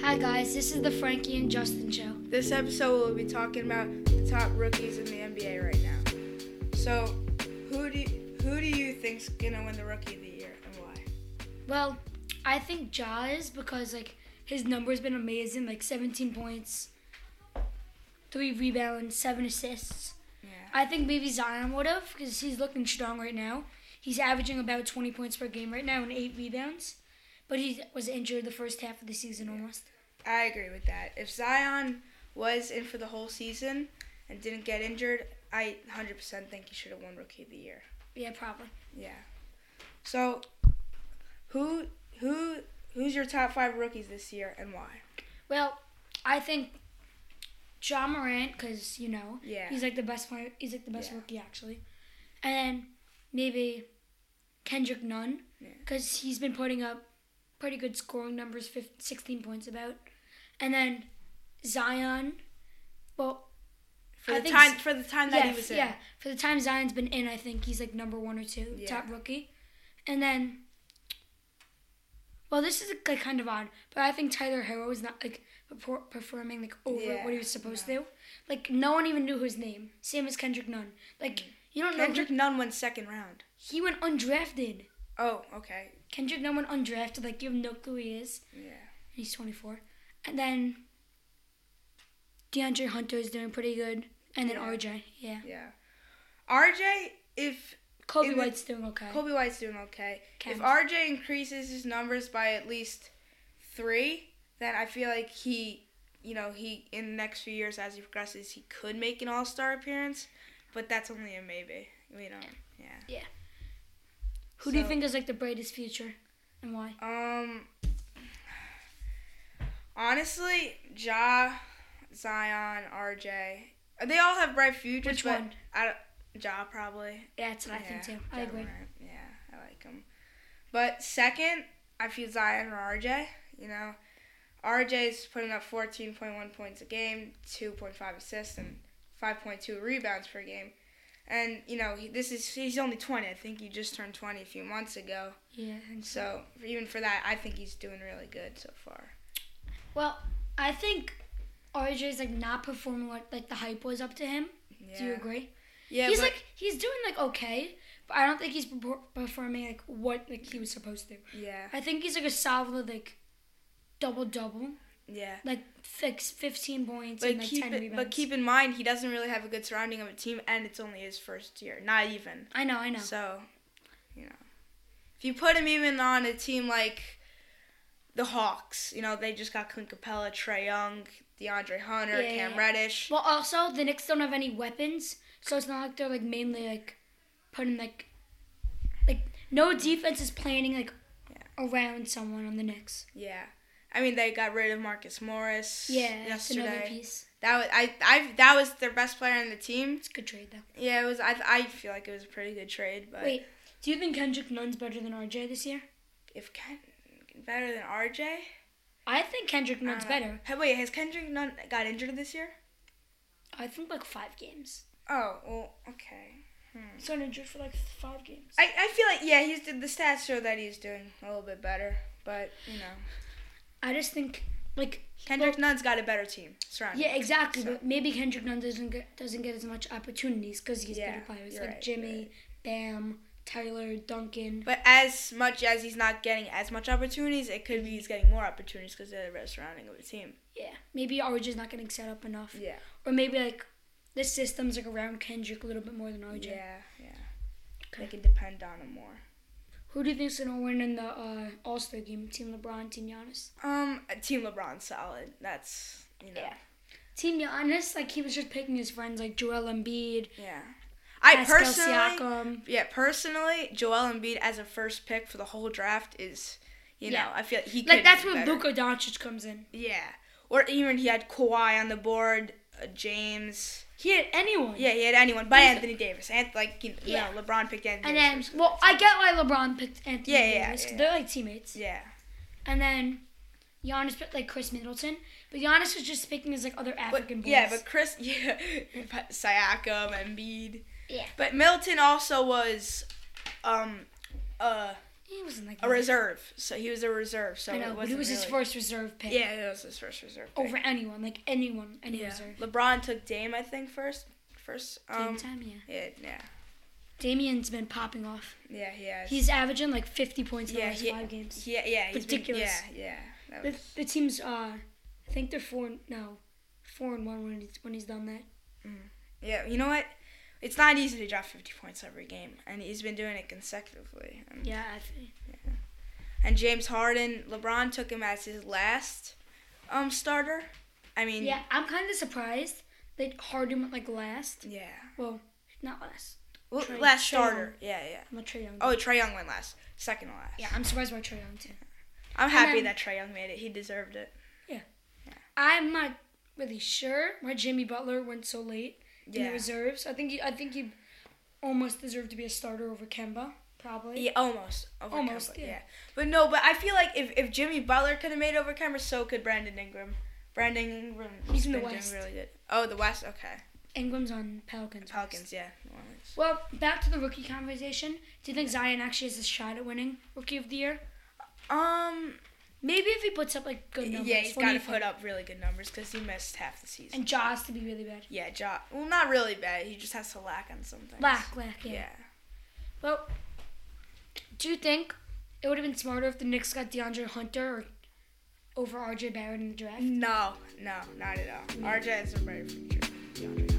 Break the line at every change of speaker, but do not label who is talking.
Hi guys, this is the Frankie and Justin show.
This episode we'll be talking about the top rookies in the NBA right now. So, who do you, who do you think's gonna win the Rookie of the Year and why?
Well, I think Ja is because like his number's been amazing, like 17 points, three rebounds, seven assists.
Yeah.
I think maybe Zion would have because he's looking strong right now. He's averaging about 20 points per game right now and eight rebounds, but he was injured the first half of the season almost.
I agree with that. If Zion was in for the whole season and didn't get injured, I 100% think he should have won Rookie of the Year.
Yeah, probably.
Yeah. So, who who who's your top five rookies this year and why?
Well, I think John Morant because you know
Yeah.
he's like the best player. He's like the best
Yeah.
rookie actually, and then maybe Kendrick Nunn
Yeah.
because he's been putting up pretty good scoring numbers, 15, 16 points about, and then Zion. Well,
For
I
the
think
time
Z-
for the time that
yeah,
he was
f-
in.
yeah. For the time Zion's been in, I think he's like number one or two,
Yeah.
top rookie, and then. Well, this is like kind of odd, but I think Tyler Hero is not like perfor- performing like over
Yeah,
what he was supposed to. Like no one even knew his name, same as Kendrick Nunn. Like you don't
Mm. Kendrick
know
Nunn won second round.
he, he went undrafted.
Oh, okay.
Kendrick Nunn went undrafted. Like you have no clue who he is.
Yeah.
He's 24. And then DeAndre Hunter is doing pretty good. And then
Yeah.
RJ, yeah.
Yeah. RJ, if
Kobe
It was-
White's doing okay.
Kobe White's doing okay, if
Cavs.
RJ increases his numbers by at least three, then I feel like he, you know, he in the next few years as he progresses, he could make an All Star appearance, but that's only a maybe. We don't. Yeah.
Who do you
so-
think is like the brightest future, and why?
Um. Honestly, Ja, Zion, RJ, they all have bright futures.
Which
but
one?
I don't- ja probably.
Yeah, that's what I think too. I
Ja
agree.
Morant. Yeah, I like him. But second, I feel Zion or RJ. You know, RJ's putting up 14.1 points a game, 2.5 assists, and 5.2 rebounds per game. And you know, he, this is he's only 20. I think he just turned 20 a few months ago.
Yeah. I think so.
So even for that, I think he's doing really good so far.
Well, I think RJ is like not performing what like the hype was up to him.
Yeah.
Do you agree?
Yeah,
he's
but-
like he's doing like okay, but I don't think he's perfor- performing like what like he was supposed to.
yeah,
I think he's like a solid like double double,
yeah.
like fix 15 points
But
and like
keep
10
it,
rebounds.
but keep in mind he doesn't really have a good surrounding of a team, and it's only his first year. Not even.
I know, I know.
So, you know, if you put him even on a team like the Hawks, you know, they just got Clint Capella, Trey Young, DeAndre Hunter,
Yeah,
Cam
yeah.
Reddish.
Well, also the Knicks don't have any weapons, so it's not like they're like mainly like putting like like no defense is planning like
Yeah.
around someone on the Knicks.
Yeah. I mean, they got rid of Marcus Morris
Yeah, that's another
yesterday.
piece.
That was I, I that was their best player on the team.
It's a good trade though.
Yeah, it was. I, I feel like it was a pretty good trade. But
Wait, do you think Kendrick Nunn's better than RJ this year?
if Ken better than RJ,
I think Kendrick
I don't
Nunn's
know.
better.
Hey, wait, has Kendrick Nunn got injured this year?
I think like five games.
Oh well, okay.
He's been injured for like five games.
mm. I, I feel like yeah, he's the stats show that he's doing a little bit better, but you know.
I just think like
Kendrick Nunn's got a better team surrounding.
Yeah, exactly.
So-
But maybe Kendrick Nunn doesn't get doesn't get as much opportunities because he's
Yeah,
better players
you're
like
right, you're
Jimmy, Bam, Tyler, Duncan.
But as much as he's not getting as much opportunities, it could be he's getting more opportunities because they're the better surrounding of the team.
Yeah, maybe RJ is not getting set up enough,
Yeah.
or maybe like the system's like around Kendrick a little bit more than RJ.
Yeah, yeah. They
Oh, Okay.
can depend on him more.
Who do you think's gonna win in the uh, All Star game? Team LeBron, Team Giannis.
Um, Team LeBron's solid. That's you know.
Yeah. Team Giannis, like he was just picking his friends like Joel Embiid,
Yeah. I
Pascal
personally,
Siakam.
yeah, personally, Joel Embiid as a first pick for the whole draft is, you
Yeah.
know, I feel he
Like
could
that's
be
when
better.
Luka Doncic comes in.
Yeah. Or even he had Kawhi on the board, uh, James.
He had anyone.
Yeah, he had anyone but
He's-
Anthony Davis. Ant- like, you know,
Yeah.
LeBron picked Anthony
And then,
Davis. first.
well, I get why LeBron picked Anthony
Yeah, yeah,
Davis 'cause
yeah.
they're like teammates.
yeah.
And then Giannis picked like Chris Middleton, but Giannis was just picking his like other
But,
African boys.
yeah, but Chris, yeah, but Siakam, Embiid.
Yeah.
But Milton also was, um, uh,
He wasn't like
a reserve. So he was a reserve. So
I know,
it
but it
wasn't
was his
really-
first reserve pick.
Yeah, it was his first reserve. pick.
Over anyone, like anyone, any
yeah.
reserve.
LeBron took Dame, I think, first. First.
Same
Um,
time, yeah.
yeah, yeah,
Damian's been popping off.
yeah, he has.
He's averaging like 50 points in
yeah,
the last
he-
five games.
Yeah, yeah, he's been-
Ridiculous.
yeah, yeah. That
The,
was,
the team's, uh, I think they're four, and- no, four and one when he's, when he's done that.
yeah, you know what? It's not easy to drop 50 points every game, and he's been doing it consecutively. And,
Yeah, I think.
and James Harden, LeBron took him as his last um starter. I mean,
Yeah, I'm kind of surprised that Harden went like last.
yeah.
Well, not last.
Well,
Trae-
last
Trae
starter. Yeah, yeah.
I'm not Trae Young.
Oh, Trey Young went last, second to last.
yeah, I'm surprised by Trae Young too.
I'm happy
then-
that Trey Young made it. He deserved it.
I'm not really sure why Jimmy Butler went so late in
Yeah.
the reserves. I think he, I think he almost deserved to be a starter over Kemba, probably.
Yeah, almost. Over
Almost,
Kemba,
yeah.
But no, but I feel like if, if Jimmy Butler could have made over Kemba, so could Brandon Ingram. Brandon Ingram
He's in the
been doing
West.
really good. Oh, the West. Okay.
Ingram's on Pelicans.
Pelicans, yeah. New Orleans.
Well, back to the rookie conversation. Do you think Zion actually has a shot at winning Rookie of the Year?
Um,
Maybe if he puts up like good numbers.
yeah, he's
What do
got to
you
put
think?
up really good numbers because he missed half the season.
And Jaws to be really bad.
yeah, Ja. Well, not really bad. He just has to lack on something.
Lack, lack,
Yeah.
yeah. Well, do you think it would have been smarter if the Knicks got DeAndre Hunter or over RJ Barrett in the draft?
No, no, not at all. RJ is a bright future. DeAndre.